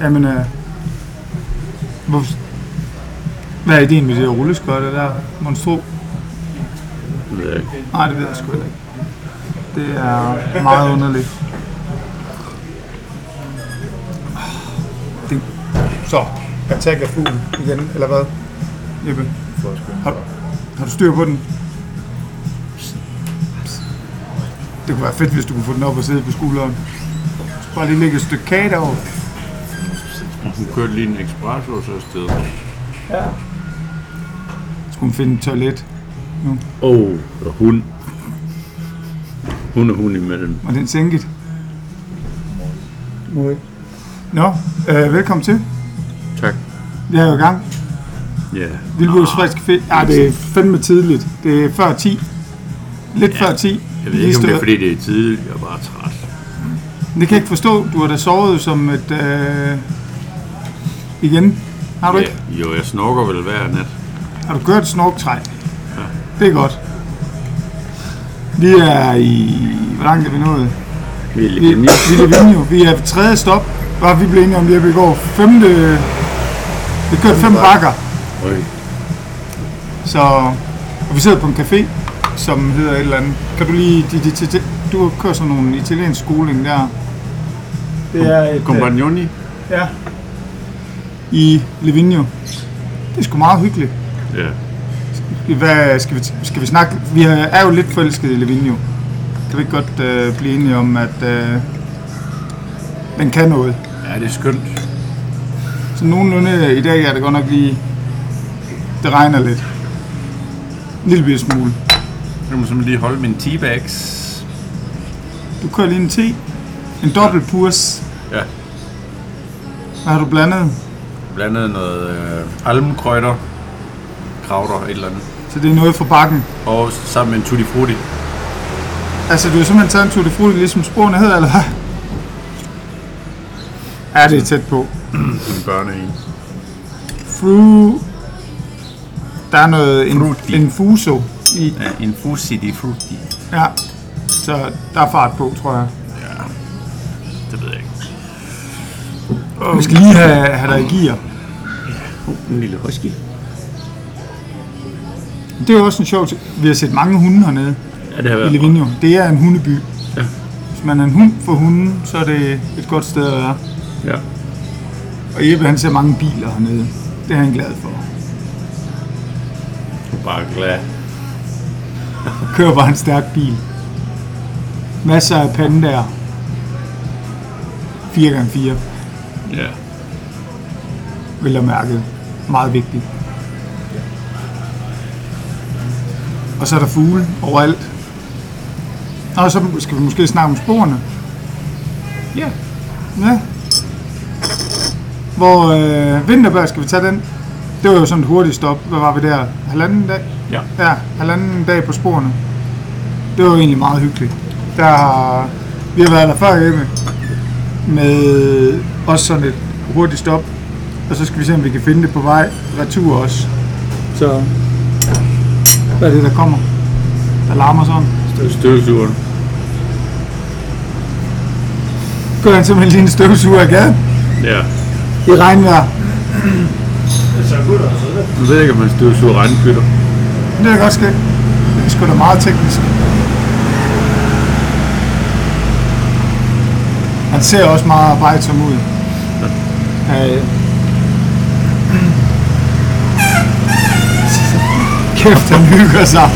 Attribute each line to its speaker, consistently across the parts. Speaker 1: Jamen, øh, hvor, hvad er ideen med det her rulleskøjter der? Monstro?
Speaker 2: Det ved jeg ikke.
Speaker 1: Nej, det ved jeg sgu heller ikke. Det er meget underligt. Det, så, attack af fuglen igen, eller hvad? Jeppe, har, har du styr på den? Det kunne være fedt, hvis du kunne få den op og sidde på skulderen. Så bare lige lægge et stykke kage derovre.
Speaker 2: Hun kørte lige en ekspresso og så afsted.
Speaker 1: Skulle hun finde et toilet?
Speaker 2: Åh, oh, og hun. Hun og hun imellem.
Speaker 1: Var den sænket? Nej. Nå, øh, velkommen til.
Speaker 2: Tak.
Speaker 1: Vi er jo i gang.
Speaker 2: Ja.
Speaker 1: Vildbøs frisk fedt. Ja, det er fandme tidligt. Det er før 10. Lidt ja, før 10.
Speaker 2: Jeg ved ikke, om det er, fordi det er tidligt. Jeg er bare træt.
Speaker 1: det kan jeg ikke forstå. Du har da sovet som et... Øh... Igen. Har du
Speaker 2: Ja,
Speaker 1: ikke?
Speaker 2: jo, jeg snorker vel hver nat.
Speaker 1: Har du kørt et snorktræ? Det er godt. Vi er i... Hvor langt er vi nået?
Speaker 2: Vi er
Speaker 1: Vi,
Speaker 2: lidt
Speaker 1: vi
Speaker 2: inde.
Speaker 1: er ved Vigno. Vi er ved tredje stop. Var vi blev enige om det i går. Femte... Vi kørte fem bakker.
Speaker 2: Øj.
Speaker 1: Så og vi sidder på en café, som hedder et eller andet. Kan du lige... De, de, de, de, du kører sådan nogle italiensk skoling der. Det er et...
Speaker 2: Compagnoni?
Speaker 1: ja. I Livigno. Det er sgu meget hyggeligt.
Speaker 2: Ja.
Speaker 1: Hvad skal vi, skal vi snakke? Vi er- er jo lidt forelskede i Livigno. Kan vi ikke godt øh, blive enige om, at øh, den kan noget?
Speaker 2: Ja, det er skønt.
Speaker 1: Så nogenlunde i dag er det godt nok lige... Det regner lidt. En lille bitte smule.
Speaker 3: Jeg må simpelthen lige holde mine teabags.
Speaker 1: Du kører lige en te. En dobbelt purs.
Speaker 3: Ja.
Speaker 1: Hvad har du blandet?
Speaker 3: Blandt andet noget øh, almkrøjter, krauter et eller andet.
Speaker 1: Så det er noget fra bakken.
Speaker 3: Og sammen med en tutti frutti.
Speaker 1: Altså, du har simpelthen taget en Tour de Fruit, ligesom sporene hedder, eller hvad? Ja, det er tæt på.
Speaker 3: Som børne i.
Speaker 1: Fru... Der er noget in,
Speaker 3: Frutti.
Speaker 1: infuso i.
Speaker 3: Ja, en fusi di frutti.
Speaker 1: Ja. Så der er fart på, tror jeg.
Speaker 3: Det ved jeg ikke.
Speaker 1: Vi skal lige have, have dig i gear.
Speaker 2: En lille husky.
Speaker 1: Det er jo også en sjov ting. Vi har set mange hunde hernede
Speaker 2: Ja, det har
Speaker 1: i
Speaker 2: været.
Speaker 1: Livigno. Det er en hundeby. Hvis man er en hund for hunden, så er det et godt sted at være.
Speaker 2: Ja.
Speaker 1: Og Jeppe han ser mange biler hernede. Det er han glad for.
Speaker 2: Bare glad.
Speaker 1: Kører bare en stærk bil. Masser af pandaer. 4x4,
Speaker 2: Ja.
Speaker 1: vil jeg mærke. Meget vigtigt. Og så er der fugle overalt. Og så skal vi måske snakke om sporene.
Speaker 3: Ja.
Speaker 1: Ja. Hvor øh, Vinterberg, skal vi tage den? Det var jo sådan et hurtigt stop. Hvad var vi der? Halvanden dag?
Speaker 3: Ja.
Speaker 1: Ja, halvanden dag på sporene. Det var jo egentlig meget hyggeligt. Der har, vi har været der før hjemme med også sådan et hurtigt stop. Og så skal vi se, om vi kan finde det på vej retur også. Så hvad er det, der kommer? Der larmer sådan.
Speaker 2: Støvsugeren.
Speaker 1: Kører han simpelthen lige en støvsuger i gaden
Speaker 2: Ja.
Speaker 1: i regnvejr.
Speaker 2: Nu ved jeg ikke, om man støvsuger regnbytter.
Speaker 1: Det kan godt ske. Det er sgu da meget teknisk. Han ser også meget arbejdsom ud. Øh. Kæft, han hygger sig.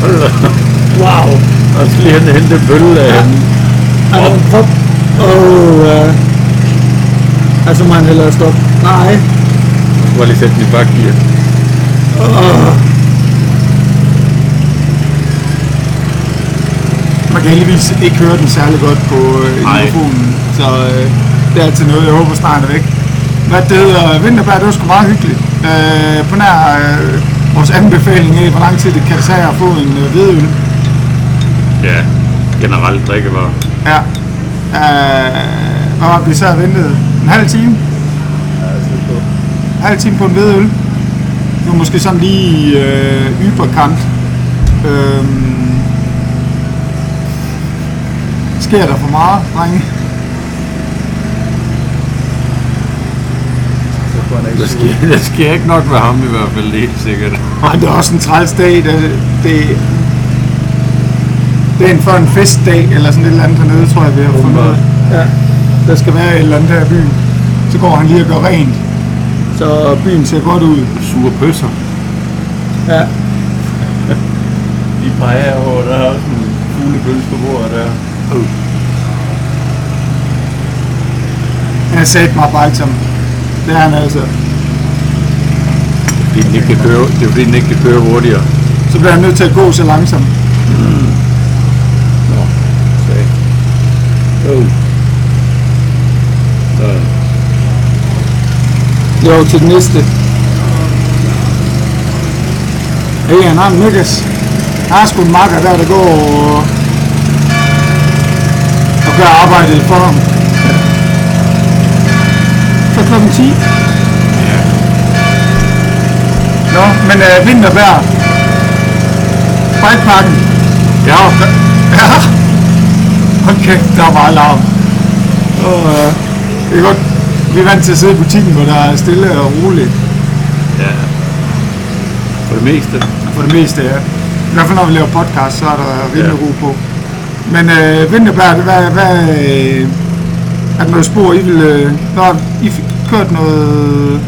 Speaker 2: Hold da. Wow. Og så lige hen og hente bølle af hende.
Speaker 4: Åh, pop. Åh, øh. Altså, man hellere stoppe. Nej.
Speaker 2: Bare lige sætte den i bakgear.
Speaker 1: Man kan heldigvis ikke høre den særlig godt på øh,
Speaker 3: Nej.
Speaker 1: mikrofonen, så øh, det er altid noget, jeg håber snart er væk. Hvad det hedder, Vinterberg, det var sgu meget hyggeligt. Øh, på nær øh, vores anbefaling af, hvor lang tid det kan tage at få en øh, hvidøl.
Speaker 2: Ja. Generelt drikkevarer.
Speaker 1: Ja. Øh, hvad var det, vi sad og ventede? En halv time? En halv time på en hvidøl. Det var måske sådan lige øh, yberkant. Øhm, sker der for meget, drenge?
Speaker 3: Der sker, der sker ikke nok med ham i hvert fald, helt sikkert.
Speaker 1: Ej, det er også en træls dag. Det, det, det er en for en festdag, eller sådan et eller andet dernede, tror jeg, vi har fundet ud af.
Speaker 4: Ja.
Speaker 1: Der skal være et eller andet her i byen. Så går han lige og gør rent,
Speaker 4: Så
Speaker 1: og byen ser godt ud.
Speaker 3: Sure pøsser.
Speaker 4: ja,
Speaker 2: De peger over, der er også en fuglepølse på bordet der.
Speaker 1: Jeg sagde mig bare ikke som. Det er han altså.
Speaker 2: Det er, den ikke kan køre, det er fordi, den ikke kan køre hurtigere.
Speaker 1: Så bliver han nødt til at gå så langsomt.
Speaker 2: Sag. Oh. Sådan.
Speaker 4: jo til den næste.
Speaker 1: Hey, han har en mygges. Han har sgu en makker der, der går og, og gør arbejdet for ham.
Speaker 4: Så klokken 10.
Speaker 1: Nå, men øh, vintervejr. Bikeparken. Ja. Ja. Okay, der var meget larm. Og, øh, det er godt. Vi er vant til at sidde i butikken, hvor der er stille og roligt.
Speaker 2: Ja. For det meste.
Speaker 1: For det meste, ja. I hvert fald når vi laver podcast, så er der rimelig ro på. Men øh, Vinterberg, det- hvad, hvad, øh, er der noget spor, I vil... Øh, når I fik kørt noget...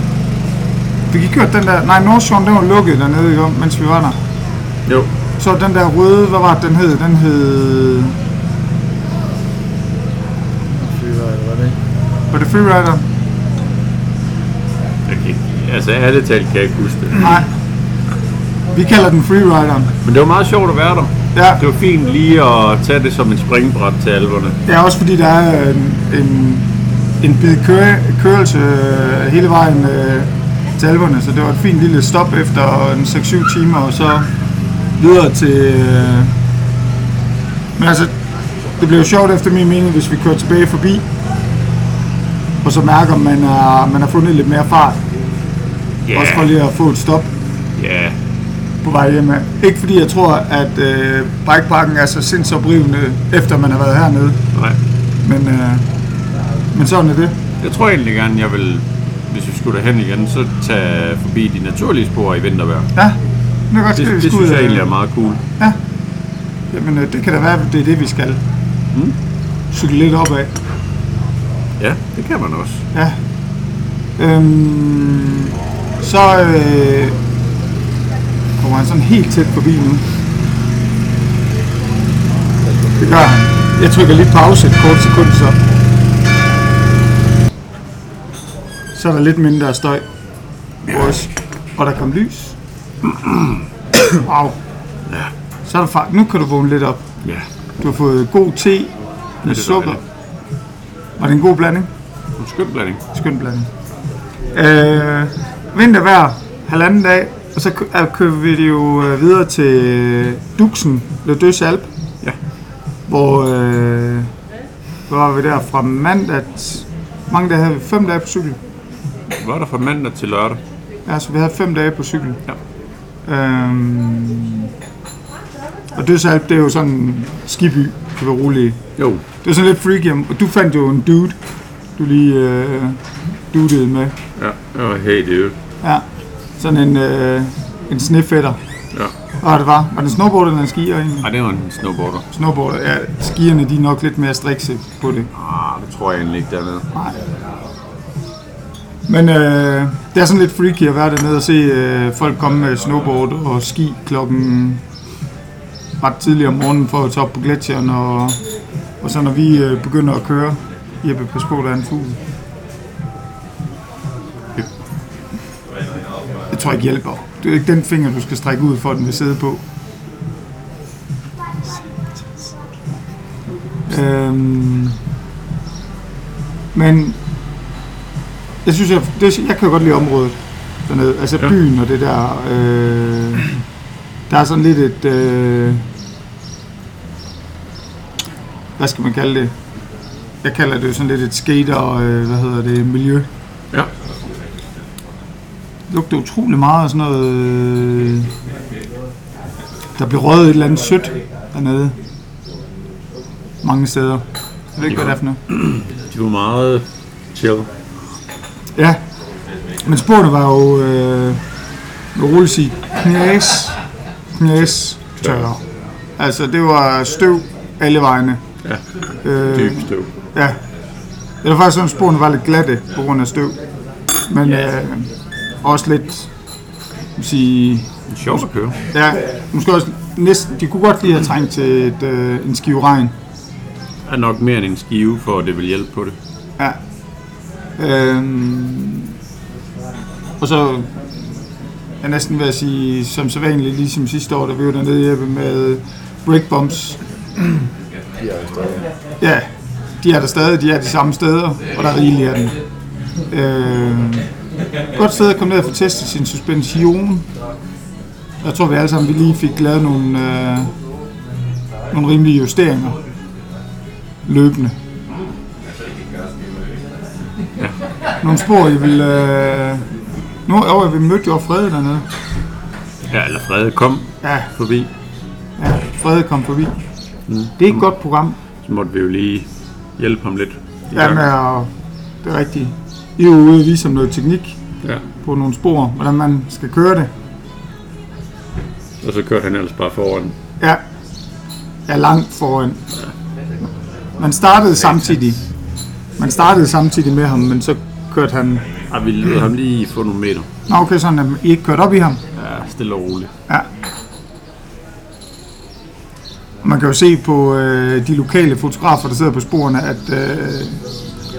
Speaker 1: Fik I kørt den der... Nej, Nordsjøen, den var lukket dernede, ikke, om, mens vi var der.
Speaker 2: Jo.
Speaker 1: Så den der røde, hvad var det, den hed? Den hed... Var det Freerider?
Speaker 2: Jeg kan ikke, altså ærligt talt kan jeg ikke huske det.
Speaker 1: Nej. Vi kalder den Freerideren.
Speaker 2: Men det var meget sjovt at være der.
Speaker 1: Ja,
Speaker 2: Det var fint lige at tage det som et springbræt til alverne.
Speaker 1: det er også fordi, der er en, en, en bid køre, kørelse øh, hele vejen øh, til alverne, så det var et fint lille stop efter en 6-7 timer, og så videre til... Øh, men altså, det blev jo sjovt efter min mening, hvis vi kører tilbage forbi, og så mærker man, er, man har fundet lidt mere fart.
Speaker 2: Ja,
Speaker 1: Også for lige at få et stop.
Speaker 2: ja.
Speaker 1: på vej hjem af. Ikke fordi jeg tror, at øh, bikeparken er så sindsoprivende, efter man har været hernede.
Speaker 2: Nej.
Speaker 1: Men, øh, men sådan er det.
Speaker 2: Jeg tror egentlig gerne, jeg vil, hvis vi skulle derhen igen, så tage forbi de naturlige spor i vintervejr.
Speaker 1: Ja, det er godt,
Speaker 2: Det,
Speaker 1: skal vi
Speaker 2: det
Speaker 1: sgu
Speaker 2: synes
Speaker 1: ud,
Speaker 2: jeg
Speaker 1: øh,
Speaker 2: egentlig er meget cool.
Speaker 1: Ja. Jamen, øh, det kan da være, at det er det, vi skal. Mm. Cykle lidt opad.
Speaker 2: Ja, det kan man også.
Speaker 1: Ja. Øhm, så øh, kommer han sådan helt tæt forbi nu. Det gør han. Jeg trykker lige pause et kort sekund, så. Så er der lidt mindre støj. Vores. Og der kom lys. Au. Så er der fart. Nu kan du vågne lidt op.
Speaker 2: Ja,
Speaker 1: Du har fået god te med
Speaker 2: det
Speaker 1: sukker.
Speaker 2: dejligt.
Speaker 1: Var det en god blanding?
Speaker 2: en skøn blanding.
Speaker 1: Skøn blanding. Øh, vintervejr, halvanden dag, og så kø- er- kører vi det jo øh, videre til øh, Duxen, Le Deux Alp.
Speaker 2: Ja.
Speaker 1: Hvor, øh, hvor var vi der fra mandag? t- Mange dage havde vi fem dage på cykel.
Speaker 2: Var der fra mandag til lørdag?
Speaker 1: Ja, så vi havde fem dage på cykel.
Speaker 2: Ja.
Speaker 1: Øhm, og Deux Alp, det er jo sådan en skiby, kan være rolig.
Speaker 2: Jo.
Speaker 1: Det er sådan lidt freaky, og du fandt jo en dude, du lige øh, dudede med.
Speaker 2: Ja, og hey, det er jo.
Speaker 1: Ja, sådan en, øh, en snefætter.
Speaker 2: Ja.
Speaker 1: Hvad det var? Var det en snowboarder eller en skier egentlig?
Speaker 2: Ej, det var en snowboarder.
Speaker 1: Snowboarder, ja. Skierne, de er nok lidt mere strikse på det.
Speaker 2: Ah, det tror jeg egentlig ikke dernede.
Speaker 1: Men øh, det er sådan lidt freaky at være dernede og se øh, folk komme med snowboard og ski klokken ret tidligt om morgenen for at tage op på gletsjeren. Og, og så når vi øh, begynder at køre, Jeppe, pas på, der er en fugl. Jeg tror ikke hjælper. Det er ikke den finger, du skal strække ud for, at den vil sidde på. Øhm, men jeg synes, jeg, det, jeg kan godt lide området dernede. Altså ja. byen og det der. Øh, der er sådan lidt et... Øh, hvad skal man kalde det? Jeg kalder det jo sådan lidt et skater, øh, hvad hedder det, miljø.
Speaker 2: Ja.
Speaker 1: Det lugter utrolig meget af sådan noget... Øh, der bliver røget et eller andet sødt dernede. Mange steder. Jeg ved ikke, hvad det er for noget.
Speaker 2: De var meget chill.
Speaker 1: Ja. Men sporene var jo, øh, med roligt sige, knæs, knæs, tørre. Altså, det var støv alle vegne.
Speaker 2: Ja,
Speaker 1: Øh,
Speaker 2: dyb støv.
Speaker 1: ja. Det var faktisk sådan, at sporene var lidt glatte på grund af støv. Men øh, også lidt, jeg vil sige,
Speaker 3: Sjovt at køre.
Speaker 1: ja, måske også næsten, de kunne godt lige have trængt til et, øh, en skive regn.
Speaker 3: Er nok mere end en skive, for at det vil hjælpe på det.
Speaker 1: Ja. Øhm, og så er jeg næsten ved at sige, som så vanligt, ligesom sidste år, da vi var dernede hjemme med break bumps. Ja, de er der stadig, de er de samme steder, og der er rigeligt af dem. Øhm, godt sted at komme ned og få testet sin suspension. Jeg tror, vi alle sammen vi lige fik lavet nogle, øh, nogle rimelige justeringer løbende. nogle spor, jeg vil... Øh... Nu over, vi mødte jo Frede dernede.
Speaker 2: Ja, eller Frede kom
Speaker 1: Ja,
Speaker 2: forbi.
Speaker 1: ja Frede kom forbi. Det er et godt program.
Speaker 2: Så måtte vi jo lige hjælpe ham lidt. i
Speaker 1: Ja,
Speaker 2: gang.
Speaker 1: med at... Det er rigtigt. I er jo ude og vise om noget teknik
Speaker 2: ja.
Speaker 1: på nogle spor, hvordan man skal køre det.
Speaker 2: Og så kørte han ellers bare foran.
Speaker 1: Ja. Jeg er langt foran. Man startede samtidig. Man startede samtidig med ham, men så kørte han...
Speaker 2: Ej, vi lod ham lige få nogle meter.
Speaker 1: Nå, okay, sådan at I ikke kørte op i ham.
Speaker 2: Ja, stille og roligt.
Speaker 1: Ja. Man kan jo se på øh, de lokale fotografer, der sidder på sporene, at... Øh,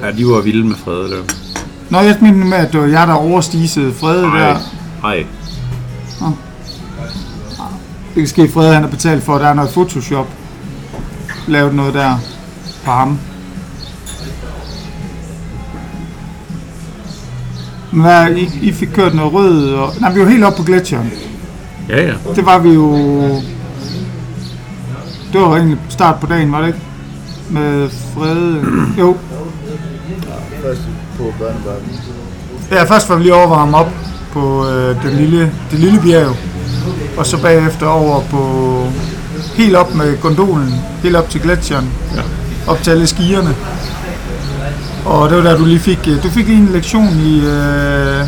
Speaker 2: Ja, de var vilde med Frede der.
Speaker 1: Nå, jeg mente med, at det var jer, der overstisede Frede der.
Speaker 2: Ej.
Speaker 1: Det kan ske, at Frede han har betalt for, at der er noget Photoshop. Lavet noget der på ham. Men hvad, I, I fik kørt noget rød og... Nej, vi var helt oppe på gletsjeren.
Speaker 2: Ja, ja.
Speaker 1: Det var vi jo... øh, Det var egentlig start på dagen, var det ikke? Med Frede... Jo.
Speaker 5: Først på børnebørn.
Speaker 1: Ja, først var vi lige over at varme op på øh, den lille, det lille bjerg, og så bagefter over på helt op med gondolen, helt op til gletsjeren, ja. op til alle skierne. Og det var der, du lige fik, øh, du fik lige en lektion i, øh,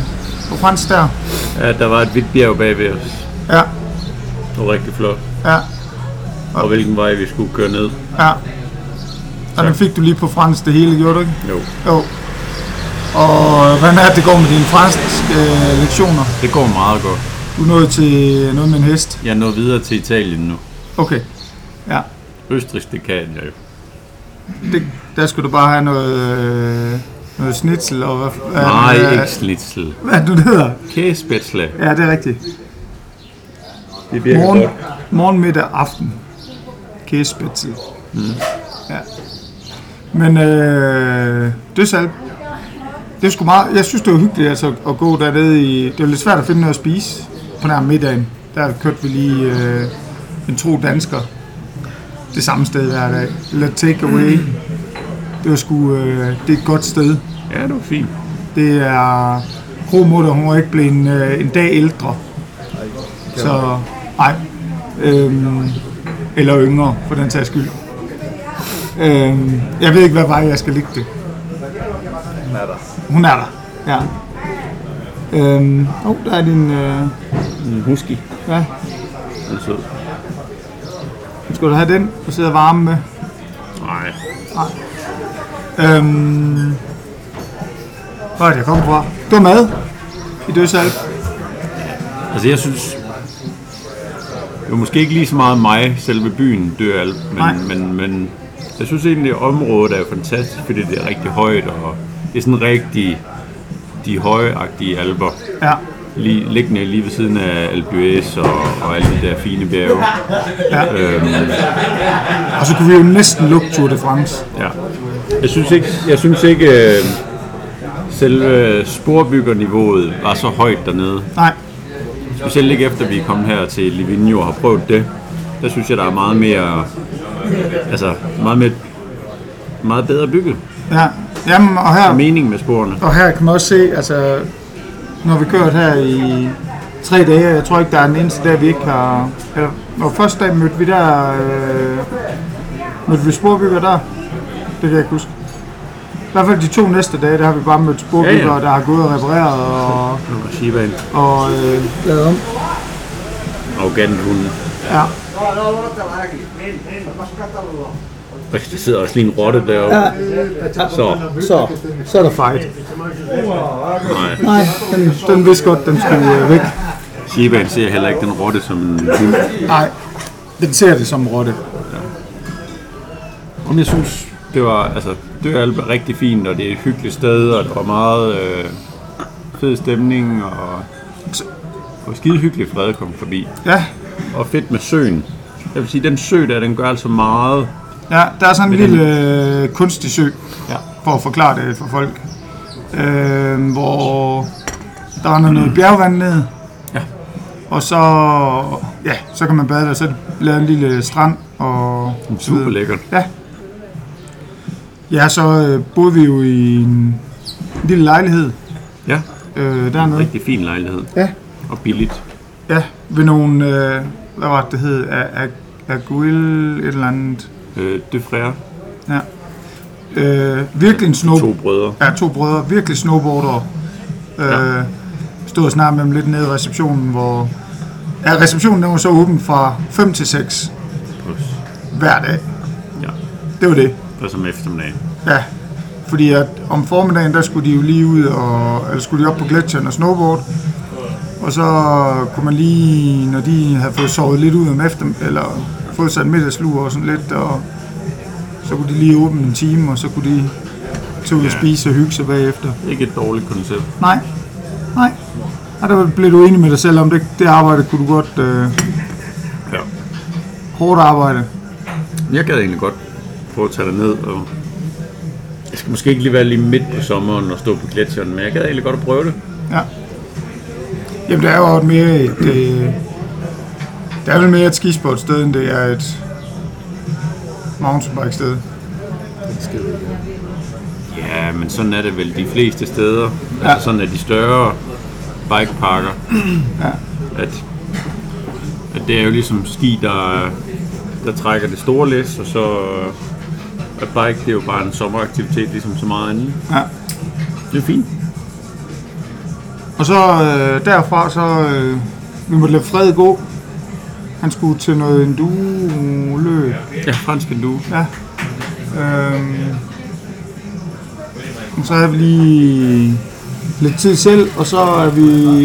Speaker 1: på fransk der.
Speaker 2: ja der var et hvidt bjerg bagved os.
Speaker 1: Ja,
Speaker 2: Det var rigtig flot.
Speaker 1: ja,
Speaker 2: Og hvilken vej vi skulle køre ned.
Speaker 1: ja. Og den fik du lige på fransk det hele, gjorde du ikke?
Speaker 2: Jo.
Speaker 1: Jo. Og hvordan er det, det går med dine franske øh, lektioner?
Speaker 3: Det går meget godt.
Speaker 1: Du nåede til noget med en hest.
Speaker 3: Jeg er nået videre til Italien nu.
Speaker 1: Okay. Ja.
Speaker 2: Østrig, det kan jeg jo.
Speaker 1: det, der skulle du bare have noget, øh, noget snitsel og hvad, hvad,
Speaker 2: Nej,
Speaker 1: hvad,
Speaker 2: ikke snitsel.
Speaker 1: hvad du hedder.
Speaker 2: Kæsbetsle.
Speaker 1: Ja, det er rigtigt.
Speaker 2: Det
Speaker 1: Morgen, morgen middag, aften. Kæsbetsel. Mm. Ja. Men øh, det er salg. Det er sgu meget, jeg synes, det var hyggeligt altså, at gå dernede i... Det var lidt svært at finde noget at spise på nær middagen. Der kørte vi lige øh, en tro dansker det samme sted hver dag. Eller takeaway. Det var sgu... Øh, det er et godt sted.
Speaker 2: Ja, det var fint.
Speaker 1: Det er kromutter, hun er ikke blevet en, øh, en dag ældre. Så nej. Øhm, eller yngre, for den sags skyld. Øhm, jeg ved ikke, hvad vej jeg skal ligge det.
Speaker 5: Den er der.
Speaker 1: Hun er der. Ja. Øhm, oh, der er din... Øh,
Speaker 2: En husky.
Speaker 1: ja,
Speaker 2: Han er sød.
Speaker 1: nu skal du have den og sidde og varme med.
Speaker 2: Nej.
Speaker 1: Øhm, hvor er det, jeg kom fra? Det var mad i Døsalp.
Speaker 2: Altså, jeg synes... Det var måske ikke lige så meget mig, selve byen dør alt,
Speaker 1: Nej.
Speaker 2: men, men, men jeg synes egentlig, at området er fantastisk, fordi det er rigtig højt, og det er sådan rigtig de højagtige alber,
Speaker 1: Ja,
Speaker 2: lige, liggende lige ved siden af Alpe d'Huez og, og alle de der fine bjerge.
Speaker 1: ja.
Speaker 2: Øhm,
Speaker 1: Og så kunne vi jo næsten lukke Tour de France.
Speaker 2: Ja. Jeg synes ikke, jeg synes ikke øh, selve sporbyggerniveauet var så højt dernede.
Speaker 1: Nej,
Speaker 2: Specielt ikke efter vi er kommet her til Livigno og har prøvet det. Der synes jeg, der er meget mere, altså meget, mere, meget bedre bygget.
Speaker 1: ja. Jamen, og her,
Speaker 2: Mening med sporene.
Speaker 1: Og her kan man også se, altså, nu har vi kørt her i tre dage, og jeg tror ikke, der er den eneste dag, vi ikke har... Eller, når første dag mødte vi der... Øh, mødte vi sporbygger der. Det kan jeg ikke huske. I hvert fald de to næste dage, der har vi bare mødt sporgivere,
Speaker 2: Ja,
Speaker 1: ja,
Speaker 2: ja.
Speaker 1: ja. der har gået og repareret, og,
Speaker 2: Nu er Shibaen.
Speaker 1: og øh,
Speaker 4: Lad om.
Speaker 2: Arrogant hund.
Speaker 1: ja.
Speaker 2: Og der sidder også lige en rotte deroppe.
Speaker 4: Ja.
Speaker 2: Så.
Speaker 4: Så, så er der fight.
Speaker 2: Nej.
Speaker 4: Nej, den,
Speaker 1: Den vidste godt, den skulle øh, væk.
Speaker 2: Shibaen ser heller ikke den rotte som en hund.
Speaker 1: Nej, den ser det som rotte.
Speaker 2: Om jeg synes, det var, altså, Døralp er rigtig fint, og det er et hyggeligt sted, og der var meget øh, fed stemning, og det var skide hyggeligt, Frede kom forbi.
Speaker 1: Ja,
Speaker 2: Og fedt med søen. Jeg vil sige, den sø der, den gør altså meget.
Speaker 1: Ja, der er sådan en
Speaker 2: Men den-
Speaker 1: lille øh, kunstig sø, ja. for at forklare det for folk, øh, hvor der er noget, noget bjergvand ned, ja. og så, ja, så kan man bade der, så er det lavet en lille strand, og så videre.
Speaker 2: Super lækkert.
Speaker 1: Ja. Ja, så øh, boede vi jo i en lille lejlighed
Speaker 2: Ja,
Speaker 1: øh, dernede,
Speaker 2: rigtig fin lejlighed.
Speaker 1: Ja.
Speaker 2: Og billigt.
Speaker 1: ja, ved nogle, øh, hvad var det, det hed, A- A- Aguil, et eller andet,
Speaker 2: Øh, det frære.
Speaker 1: øh, virkelig en snob.
Speaker 2: To brødre.
Speaker 1: Ja, to brødre, virkelig snowboardere. Øh,
Speaker 2: Ja.
Speaker 1: ja. Stod og snakkede med dem lidt nede i receptionen, hvor... Ja, receptionen den var så åben fra 5 til 6
Speaker 2: Plus.
Speaker 1: hver dag.
Speaker 2: Ja,
Speaker 1: Det var det.
Speaker 2: og som eftermiddag.
Speaker 1: Ja. Fordi at om formiddagen, der skulle de jo lige ud og... Eller skulle de op på gletsjeren og snowboard. Og så kunne man lige, når de havde fået sovet lidt ud om efter... Eller fået sig en middagslur og sådan lidt, og... Så kunne de lige åbne en time, og så kunne de tage ud og
Speaker 2: Ja.
Speaker 1: spise og hygge sig bagefter.
Speaker 2: Ikke et dårligt koncept.
Speaker 1: Nej. Nej. Og der blev du enig med dig selv om det. Det arbejde kunne du godt... Øh,
Speaker 2: Ja.
Speaker 1: hårdt arbejde.
Speaker 2: Jeg gad egentlig godt prøve at tage dig ned og... Jeg skal måske ikke lige være lige midt på sommeren og stå på gletsjeren, men jeg gad egentlig godt at prøve det.
Speaker 1: Ja. Jamen, det er jo et mere et... Øh, det er vel mere et skisportsted, end det er et mountainbike-sted.
Speaker 2: Ja, men sådan er det vel de fleste steder. Ja.
Speaker 1: Ja.
Speaker 2: Altså sådan er de større bikeparker. ja. At, at det er jo ligesom ski, der, der trækker det store læs, og så at bike, det er jo bare en sommeraktivitet, ligesom så meget andet.
Speaker 1: Ja.
Speaker 2: Det er fint.
Speaker 1: Og så øh, derfra, så... Øh, vi måtte lade Fred gå. Han skulle til noget enduro-løb.
Speaker 2: Ja, fransk enduro.
Speaker 1: Ja. Øhm, og så havde vi lige lidt tid selv, og så er vi...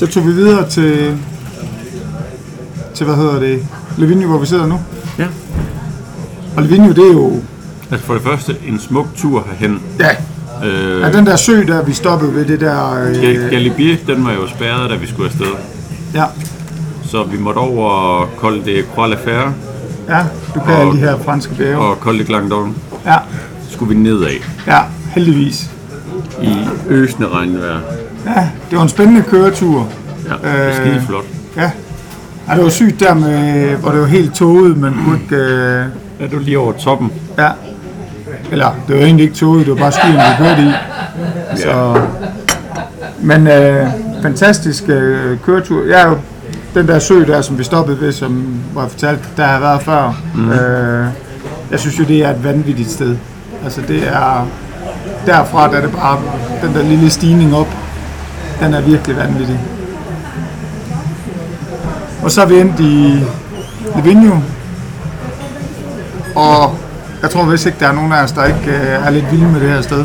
Speaker 1: Der tog vi videre til... Til, hvad hedder det? Levinio, hvor vi sidder nu.
Speaker 2: Ja.
Speaker 1: Og Levinio, det er jo...
Speaker 2: Altså for det første, en smuk tur herhen.
Speaker 1: Ja,
Speaker 2: Øh,
Speaker 1: ja den der sø, der vi stoppede ved det der...
Speaker 2: Gal-
Speaker 1: Øh,
Speaker 2: Galibier, den var jo spærret, da vi skulle afsted.
Speaker 1: ja,
Speaker 2: Så vi måtte over og kolde det Croix la Ferre
Speaker 1: ja, du kan alle de her franske bjerge.
Speaker 2: og kolde det Langdon.
Speaker 1: Ja,
Speaker 2: Skulle vi nedad
Speaker 1: ja, heldigvis.
Speaker 2: i øsende regnvejr.
Speaker 1: Ja, det var en spændende køretur.
Speaker 2: Ja, det er
Speaker 1: Øh,
Speaker 2: skide flot.
Speaker 1: Ja. Ej, det var sygt der med, hvor det var helt tåget, man kunne ikke... Øh,
Speaker 2: Er du lige over toppen?
Speaker 1: Ja. Eller, det var egentlig ikke toget, det var bare skien, vi kørte i. Så, men øh, fantastisk øh, køretur. Jeg er jo den der sø der, som vi stoppede ved, som var fortalt, der har jeg været før. Mm. Øh, jeg synes jo, det er et vanvittigt sted. Altså det er, derfra der er det bare, den der lille stigning op, den er virkelig vanvittig. Og så er vi endt i Livigno, og jeg tror vist ikke, der er nogen af os, der ikke øh, er lidt vilde med det her sted.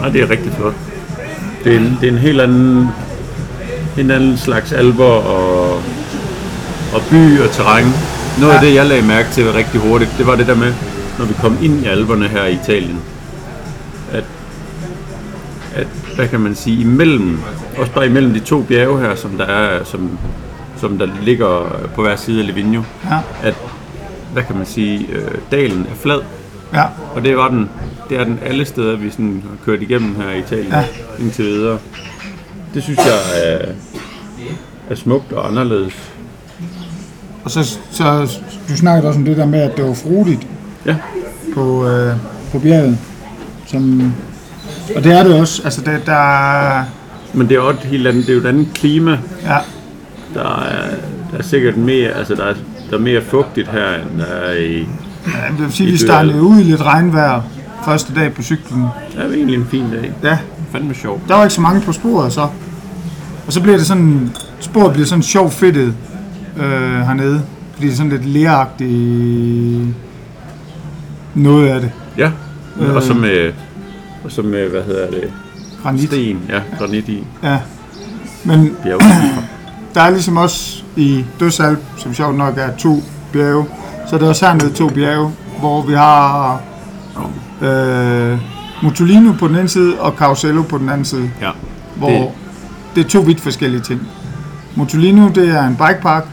Speaker 2: Nej, det er rigtig flot. Det er en, det er en helt anden, en anden slags alber og, og by og terræn. Noget ja. af det, jeg lagde mærke til rigtig hurtigt, det var det der med, når vi kom ind i alberne her i Italien, at, at hvad kan man sige, imellem, også bare imellem de to bjerge her, som der er, som, som der ligger på hver side af Livigno,
Speaker 1: Ja.
Speaker 2: at, hvad kan man sige, øh, dalen er flad,
Speaker 1: Ja,
Speaker 2: og det var den, det er den alle steder, vi sådan har kørt igennem her i Italien ja.
Speaker 1: Ja.
Speaker 2: indtil videre. Det synes jeg er, er smukt og anderledes.
Speaker 1: og så, så du snakkede også om det der med, at det var frodigt
Speaker 2: Ja,
Speaker 1: på, øh, på bjerget. Som, og det er det også. Altså det, der,
Speaker 2: men det er, også et helt andet, det er jo et andet klima.
Speaker 1: ja,
Speaker 2: Der er, der er sikkert mere, altså der er, der er mere fugtigt her, end der er i,
Speaker 1: Ja, det vil sige,
Speaker 2: I
Speaker 1: vi
Speaker 2: dør
Speaker 1: startede
Speaker 2: alle.
Speaker 1: ud i lidt regnvejr første dag på cyklen.
Speaker 2: Det er egentlig en fin dag.
Speaker 1: Ja,
Speaker 2: Fandme sjov.
Speaker 1: der var ikke så mange på sporet så. Og så bliver det sådan, sporet bliver sådan sjovt fedtet øh, hernede. Fordi det er sådan lidt leragtigt noget af det.
Speaker 2: Ja, og så med, og så med hvad hedder det,
Speaker 1: Granit.
Speaker 2: sten, ja, granit i
Speaker 1: Ja. Men
Speaker 2: bjerget.
Speaker 1: der er ligesom også i Dødsalp, som sjovt nok er to bjerge, så er der også hernede to bjerge, hvor vi har øh, Mutolino på den ene side og Causello på den anden side,
Speaker 2: Ja,
Speaker 1: hvor det, det er to vidt forskellige ting. Mutolino det er en bikepark,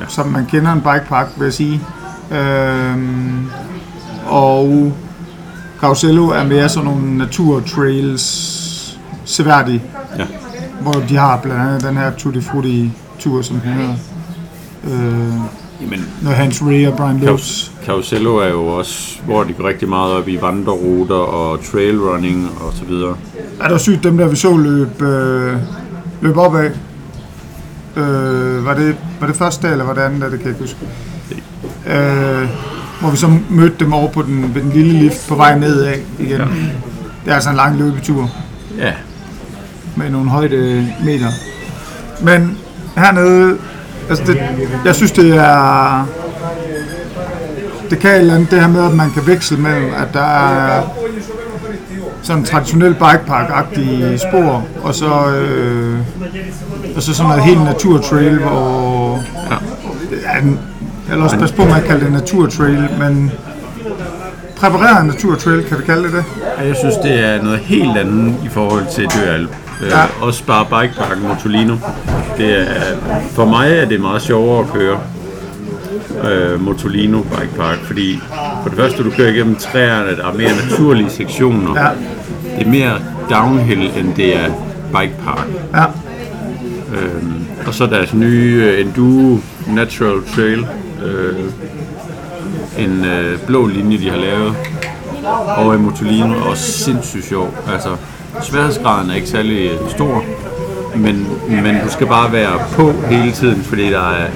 Speaker 1: ja. som man kender en bikepark, vil jeg sige. Øhm, og Causello er mere sådan nogle naturtrails seværdige
Speaker 2: ja.
Speaker 1: hvor de har blandt andet den her Tutti Frutti tur, som den hedder. Øh,
Speaker 2: Jamen,
Speaker 1: når Hans Rea og Brian Lewis.
Speaker 2: Carosello er jo også, hvor de går rigtig meget op i vandreruter og trailrunning og så videre.
Speaker 1: Er der sygt dem der, vi så løb, øh, løb op af? Øh, var, det, var det første dag, eller var det andet dag, det kan jeg ikke huske. Øh, hvor vi så mødte dem over på den, ved den lille lift på vej nedad igen. Ja. Det er altså en lang løbetur.
Speaker 2: Ja,
Speaker 1: med nogle højde meter. Men hernede, altså det, jeg synes det er, det kan et eller andet det her med, at man kan veksle mellem, at der er sådan traditionel bikepark-agtige spor, og så, øh, og så sådan noget helt naturtrail, hvor... Ja. Jeg vil også passe på med at kalde det naturtrail, men præpareret naturtrail, kan vi kalde det det?
Speaker 2: Ja, Jeg synes, det er noget helt andet i forhold til Døralp. Ja.
Speaker 1: Ja.
Speaker 2: Øh, også bare bikeparken Motolino. Det er, for mig er det meget sjovere at køre øh, Motolino bikepark, fordi for det første, du kører igennem træerne, der er mere naturlige sektioner.
Speaker 1: Ja.
Speaker 2: Det er mere downhill, end det er bikepark.
Speaker 1: Ja,
Speaker 2: Øhm, og så deres nye øh, Enduro Natural Trail. Øh, en øh, blå linje, de har lavet. Og i Motolino er også sindssygt sjov. Altså, sværhedsgraden er ikke særlig øh, stor, men, men du skal bare være på hele tiden, fordi der er,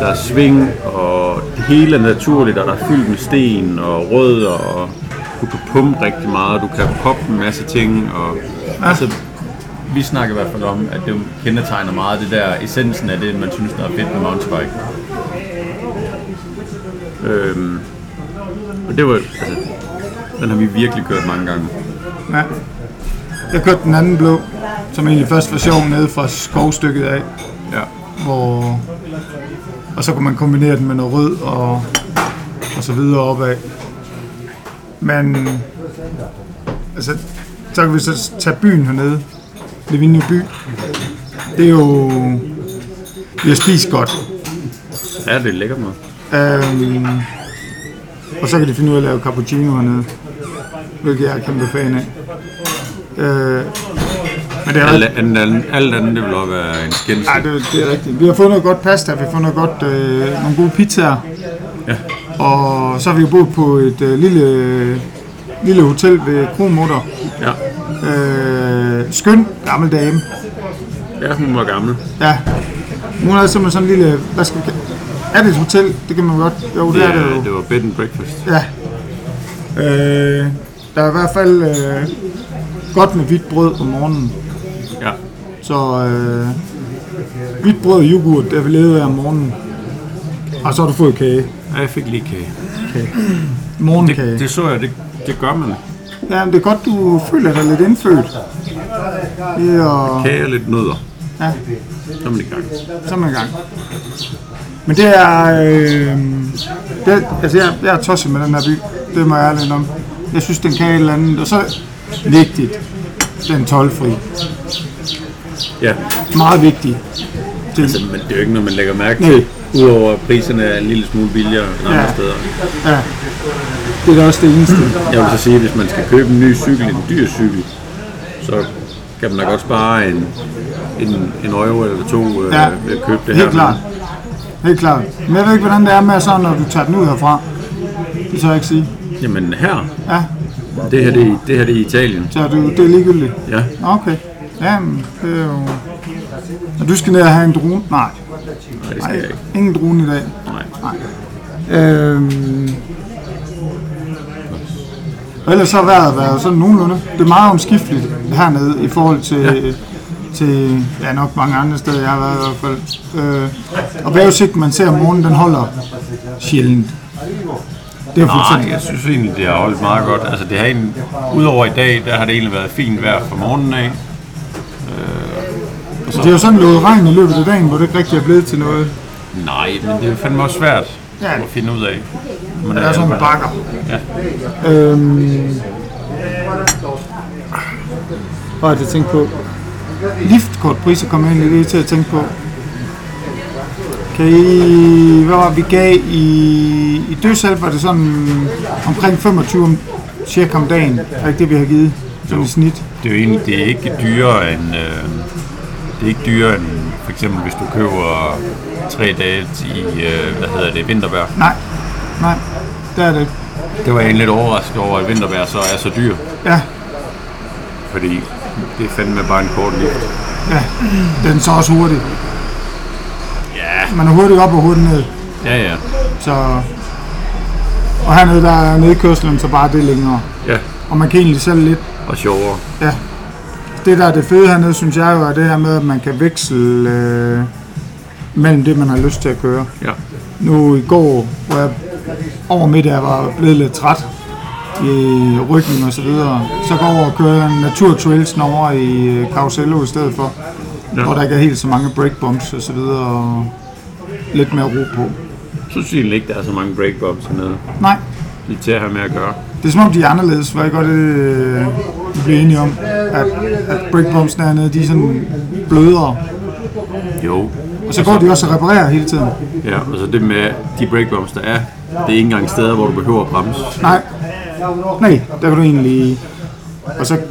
Speaker 2: der er sving, og det hele er naturligt, og der er fyldt med sten og rødder, og du kan pumpe rigtig meget, du kan poppe en masse ting, og altså, vi snakker i hvert fald om, at det kendetegner meget det der essensen af det, man synes, der er fedt med mountainbike. Øhm, og det var, altså, den har vi virkelig kørt mange gange.
Speaker 1: Ja. Jeg kørte den anden blå, som egentlig først var sjov nede fra skovstykket af,
Speaker 2: Ja.
Speaker 1: hvor... Og så kunne man kombinere den med noget rød og, og så videre opad. Men... Altså, så kan vi så tage byen hernede. Livigno by. Det er jo... Vi har spist godt.
Speaker 2: Ja, det er lækker måde.
Speaker 1: Øhm, og så kan de finde ud af at lave cappuccino hernede, hvilket jeg er kæmpe fan af. Øh, men det er,
Speaker 2: Alt,
Speaker 1: rigtigt.
Speaker 2: andet, alt, alt andet, det vil også være en skændsel.
Speaker 1: Ej, det, det er rigtigt. Vi har fået noget godt pasta, vi har fået noget godt, øh, nogle gode pizzaer. Ja. Og så har vi jo boet på et øh, lille, lille hotel ved Kromutter.
Speaker 2: Ja.
Speaker 1: Øh, skøn gammel dame.
Speaker 2: ja, hun var gammel.
Speaker 1: Ja. Hun havde simpelthen sådan en lille... Hvad skal vi kalde- er det et hotel? Det kan man godt... Jo, det,
Speaker 2: Det,
Speaker 1: er det jo.
Speaker 2: er, det var bed and breakfast.
Speaker 1: Ja. Øh, der er i hvert fald øh, godt med hvidt brød om morgenen.
Speaker 2: Ja.
Speaker 1: Så øh, hvidt brød og yoghurt, der vi levede af om morgenen. Og så har du fået kage.
Speaker 2: ja jeg fik lige kage.
Speaker 1: Morgenkage.
Speaker 2: Det, det så jeg, det, det gør man.
Speaker 1: Ja, men det er godt, du føler dig lidt indfødt. Det er, og,
Speaker 2: Kage og lidt nødder.
Speaker 1: ja,
Speaker 2: Så er man i gang.
Speaker 1: så er man i gang. Men det er... Øh, det, altså, jeg, jeg er tosset med den her by. Det må jeg ærligt om. Jeg synes, den kan et eller andet. Og så vigtigt. Den er tolvfri.
Speaker 2: Ja,
Speaker 1: Meget vigtig.
Speaker 2: altså, men det er jo ikke noget, man lægger mærke
Speaker 1: Nej.
Speaker 2: til. Udover at priserne er en lille smule billigere end andre
Speaker 1: Ja.
Speaker 2: steder.
Speaker 1: Ja. Det er da også det eneste.
Speaker 2: Jeg vil så sige, at hvis man skal købe en ny cykel, en dyr cykel, så kan man da godt spare en, en, en euro eller to øh,
Speaker 1: Ja,
Speaker 2: ved at købe det her.
Speaker 1: Helt klart. Helt klart. Men jeg ved ikke, hvordan det er med så, når du tager den ud herfra. Det tør jeg ikke sige.
Speaker 2: Jamen her,
Speaker 1: Ja,
Speaker 2: det her det, er- det her det er Italien.
Speaker 1: så er du, det er ligegyldigt.
Speaker 2: Ja,
Speaker 1: Nå, Okay. Jamen, det er jo... Og du skal ned og have en drone? Nej.
Speaker 2: nej, det skal
Speaker 1: Nej,
Speaker 2: jeg ikke.
Speaker 1: ingen drone i dag.
Speaker 2: Nej.
Speaker 1: Øhm, Og ellers så har vejret været sådan nogenlunde. Det er meget omskifteligt hernede i forhold til, ja. til ja, nok mange andre steder, jeg har været i hvert fald. Øh, og vejrudsigten, man ser om morgenen, den holder sjældent. Det er jo fuldstændig.
Speaker 3: Nej, jeg synes egentlig, det har holdt meget godt. Altså, det har egentlig, udover i dag, der har det egentlig været fint vejr fra morgenen af.
Speaker 1: Det er jo sådan noget regn i løbet af dagen, hvor det ikke rigtig er blevet til noget.
Speaker 3: Nej, men det er fandme også svært
Speaker 1: Ja.
Speaker 3: at finde ud af. Men øh,
Speaker 1: Der er sådan nogle bakker. Ja. Øhm. Hvad er det, jeg tænkte på? Liftkortpriser kom jeg egentlig lige til at tænke på. Kan I, hvad var det, vi gav i, i dødshjælp, var det sådan omkring 25 om, cirka om dagen, er ikke det, vi har givet? Sådan i snit.
Speaker 3: Det er jo egentlig det er ikke dyrere end... Øh, det er ikke dyrere end for eksempel, hvis du køber tre dage i, øh, hvad hedder det, vintervejr.
Speaker 1: Nej, nej, der er det. ikke.
Speaker 3: Det var jeg egentlig lidt overrasket over, at vintervejr så er så dyr.
Speaker 1: Ja,
Speaker 3: Fordi det er fandme bare en kort liv.
Speaker 1: den er så også hurtig. Ja. Man er hurtigt op og hurtigt ned.
Speaker 3: Ja, ja.
Speaker 1: Så... Og hernede, der er nedkørslen, så bare det er længere.
Speaker 3: Ja,
Speaker 1: Og man kan egentlig selv lidt...
Speaker 3: og sjovere.
Speaker 1: Det der er det fede hernede, synes jeg jo, er det her med, at man kan veksle øh, mellem det, man har lyst til at køre.
Speaker 3: Ja.
Speaker 1: Nu i går, hvor jeg over middag var blevet lidt træt i ryggen og så videre, så går jeg over og kører naturtrailsen over i øh, Carosello i stedet for. Ja. Hvor der ikke er helt så mange breakbumps og så videre, og lidt mere ro på.
Speaker 2: Så synes jeg egentlig ikke, der er så mange breakbumps hernede.
Speaker 1: Nej,
Speaker 2: Det er til at have med at gøre.
Speaker 1: Det er som om, de er anderledes, var jeg godt øh, vi blev enige om, at, at breakbombsen hernede, de er sådan blødere.
Speaker 2: Jo.
Speaker 1: Og så går de også og reparerer hele tiden.
Speaker 2: Ja, og så det med de breakbumps, der er, det er ikke engang steder, hvor du behøver at bremse.
Speaker 1: Nej, nej, der kan du egentlig... Og så jeg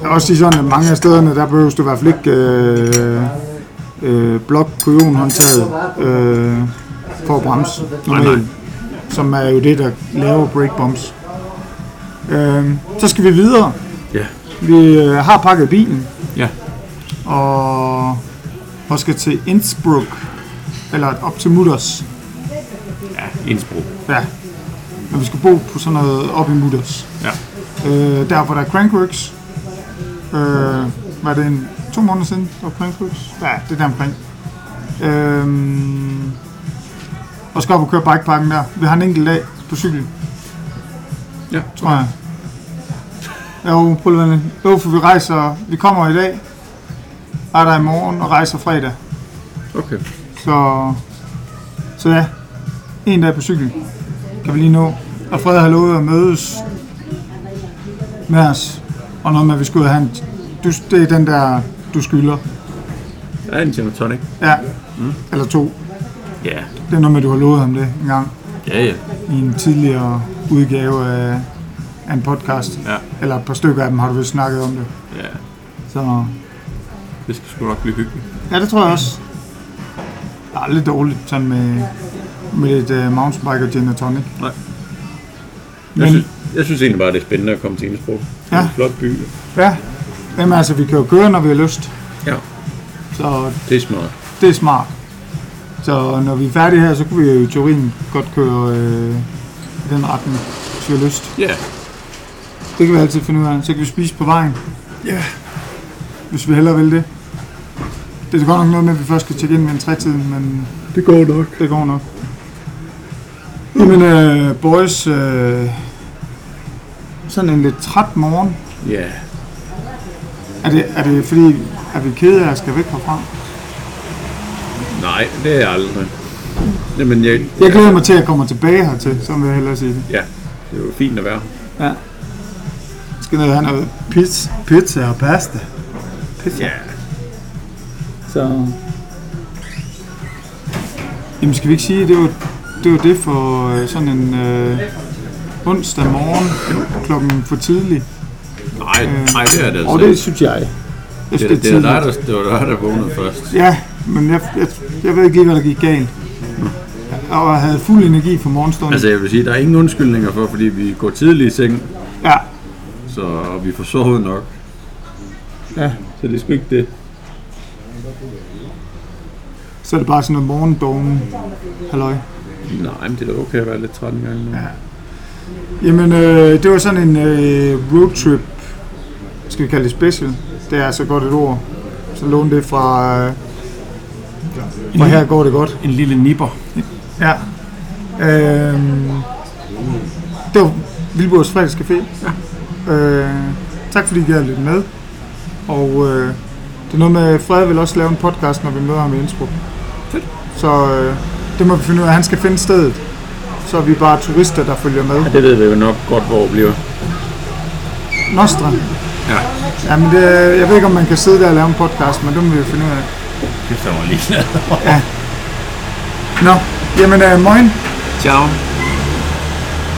Speaker 1: vil også sige sådan, at mange af stederne, der behøver du i hvert fald ikke øh, øh, blok kujonhåndtaget øh, for at bremse. Normalt, som er jo det, der laver breakbombs. Øh, så skal vi videre.
Speaker 2: Ja.
Speaker 1: Vi øh, har pakket bilen.
Speaker 2: Ja.
Speaker 1: Og, og skal til Innsbruck. Eller op til Mutters.
Speaker 2: Innsbruck.
Speaker 1: Ja. Men vi skal bo på sådan noget op i Mutters.
Speaker 2: Ja.
Speaker 1: Øh, der hvor der er Crankworks. Øh, var det en, to måneder siden, der var Crankworks? Ja, det er der omkring. Øh, og skal op og køre bikeparken der. Vi har en enkelt dag på cykel,
Speaker 2: Ja.
Speaker 1: tror jeg. Jo, prøv lige at vente. Jo, for vi rejser, vi kommer i dag, er der i morgen og rejser fredag.
Speaker 2: Okay.
Speaker 1: Så, så ja, en dag på cykel kan vi lige nå. Og Fred har lovet at mødes med os. Og noget med, at vi skal ud og have en... Du, det er den der, du skylder.
Speaker 2: Ja, en gin og tonic.
Speaker 1: Ja, mm. eller to.
Speaker 2: Ja.
Speaker 1: Det er noget med, at du har lovet ham det en gang
Speaker 2: Ja, ja.
Speaker 1: i en tidligere udgave af, af en podcast.
Speaker 2: Ja.
Speaker 1: Eller et par stykker af dem har du vist snakket om det.
Speaker 2: Ja.
Speaker 1: Så
Speaker 2: Det skal sgu nok blive hyggeligt.
Speaker 1: ja, det tror jeg også. Der er lidt dårligt sådan med, med lidt uh, mountainbike og gin og tonic.
Speaker 2: Nej.
Speaker 1: Men,
Speaker 2: Jeg, synes, jeg synes egentlig bare, det er spændende at komme til Innsbruck. Det er
Speaker 1: Ja.
Speaker 2: en flot by.
Speaker 1: Ja, men altså, vi kan jo køre, når vi har lyst.
Speaker 2: Ja.
Speaker 1: Så
Speaker 2: Det er smart.
Speaker 1: det er smart. Så når vi er færdige her, så kunne vi jo i teorien godt køre øh, i den retning, hvis vi har lyst.
Speaker 2: Ja.
Speaker 1: Det kan vi altid finde ud af. Så kan vi spise på vejen. Ja. Yeah. Hvis vi hellere vil det. Det er godt nok noget med, at vi først skal tjekke ind ved en trætiden, men
Speaker 2: Det går nok.
Speaker 1: det går nok. Jamen, øh, boys, øh, sådan en lidt træt morgen.
Speaker 2: Ja.
Speaker 1: Er det, er det fordi, at vi er kede af at skal væk herfra?
Speaker 2: Nej, det er jeg aldrig. Jamen, jeg,
Speaker 1: Jeg glæder mig til, at jeg kommer tilbage hertil, som vil jeg hellere sige det.
Speaker 2: ja, det er jo fint at være. her.
Speaker 1: Jeg skal ned og have noget pizza, pizza og pasta. Pizza.
Speaker 2: Ja.
Speaker 1: Så... Jamen skal vi ikke sige, at det var det, var det for øh, sådan en øh, onsdag morgen klokken for tidlig.
Speaker 3: Nej, nej det er
Speaker 1: Mm.
Speaker 3: det altså.
Speaker 4: Og det synes jeg.
Speaker 1: Jeg synes,
Speaker 3: Det, det, det, er
Speaker 1: tidligt.
Speaker 3: dig, der, det var dig, der vågnede først.
Speaker 1: Ja, men jeg, jeg, jeg ved ikke lige, hvad der gik galt. Og jeg havde fuld energi for morgenstunden.
Speaker 3: Altså, jeg vil sige, der er ingen undskyldninger for, fordi vi går tidligt i seng,
Speaker 1: Ja,
Speaker 3: så og vi får sovet nok.
Speaker 2: Så det er sgu ikke det.
Speaker 1: så er det bare sådan noget morgendogen. Halløj.
Speaker 2: Nej, men det er da okay at være lidt træt en gang. Ja.
Speaker 1: Jamen, øh, det var sådan en øh, roadtrip, skal vi kalde det special. Det er så godt et ord. Så lån det fra, øh, fra her går det godt.
Speaker 2: En lille nipper.
Speaker 1: Ja. Øh, det var Vilborgs fredagscafé. Ja. Øh, tak fordi I gad at lytte med. Og øh, det er noget med, at Fred vil også lave en podcast, når vi møder ham i Innsbruck. Fedt. Så øh, det må vi finde ud af. Han skal finde stedet. Så er vi bare turister, der følger med.
Speaker 2: Ja, det ved vi jo nok godt, hvor det bliver.
Speaker 1: Nostra.
Speaker 2: Ja.
Speaker 1: Jamen, det, jeg ved ikke, om man kan sidde der og lave en podcast, men det må vi jo finde ud af.
Speaker 3: Det står mig lige.
Speaker 1: Nå, jamen, øh, moin.
Speaker 2: Ciao.